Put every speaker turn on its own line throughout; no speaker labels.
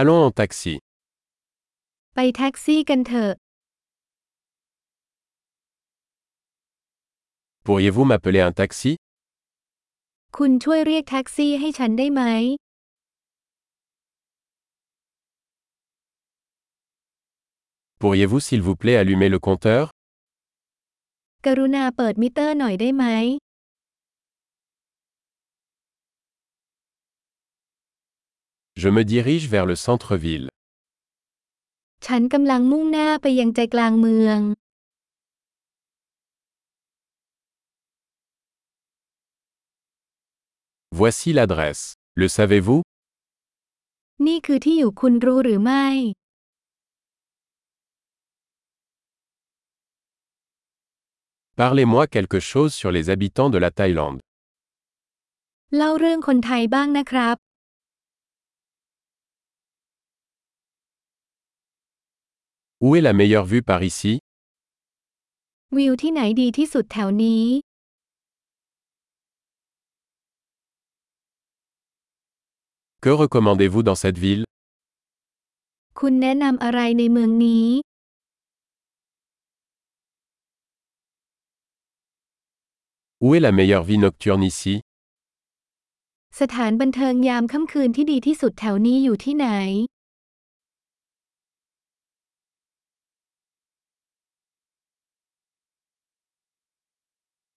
Allons en taxi.
ไปแท็กซี่กันเถอะ
Pourriez-vous m'appeler un taxi
คุณช่วยเรียกแท็กซี่ให้ฉันได้ไหม
Pourriez-vous s'il vous plaît allumer le compteur
กรุณาเปิดมิเตอร์หน่อยได้ไหม
Je me dirige vers le centre-ville.
ฉันกำลังมุ่งหน้าไปยังใจกลางเมือง
Voici l'adresse. Le savez-vous
นี่คือที่อยู่คุณรู้หรือไม่
Parlez-moi quelque chose sur les habitants de la Thaïlande.
เล่าเรื่องคนไทยบ้างนะครับ
Où est la meilleure vue par ici
วิวที่ไหนดีที่สุดแถวนี้
Que recommandez-vous dans cette ville
คุณแนะนำอะไรในเมืองนี้
Où est la meilleure vie nocturne ici
สถานบันเทิงยามค่ำคืนที่ดีที่สุดแถวนี้อยู่ที่ไหน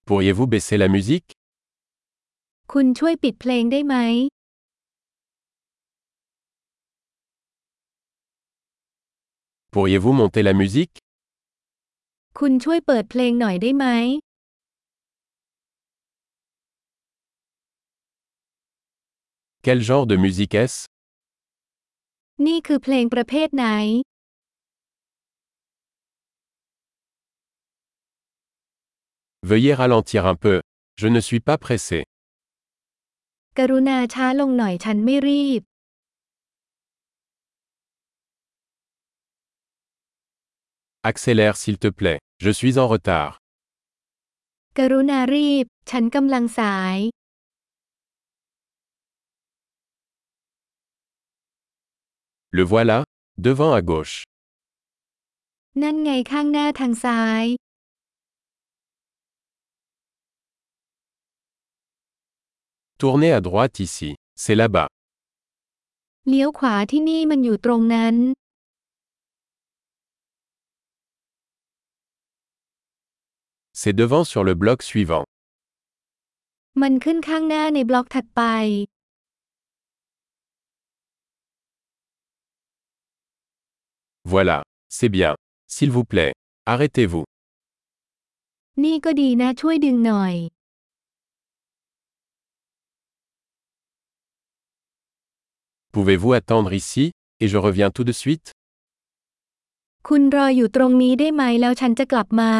Pourriez-vous baisser la musique
คุณช่วยปิดเพลงได้ไหม
Pourriez-vous monter la musique
คุณช่วยเปิดเพลงหน่อยได้ไหม
Quel genre de musique est-ce
นี่คือเพลงประเภทไหน
Veuillez ralentir un peu. Je ne suis pas pressé.
กรุณาช้าลงหน่อยฉันไม่รีบ
Accélère s'il te plaît. Je suis en retard.
กรุณารีบ ฉันกำลังสาย
Le voilà, devant à gauche.
นั่นไงข้างหน้าทางซ้าย
Tournez à droite ici. C'est là-bas.
เลี้ยวขวาที่นี่มันอยู่ตรงนั้น
C'est devant sur le bloc suivant.
มันขึ้นข้างหน้าในบล็อกถัดไป
Voilà. C'est bien. S'il vous plaît. Arrêtez-vous.
นี่ก็ดีนะช่วยดึงหน่อย
Pouvez-vous attendre ici, et je reviens tout de suite
คุณรออยู่ตรงนี้ได้ไหมแล้วฉันจะกลับมา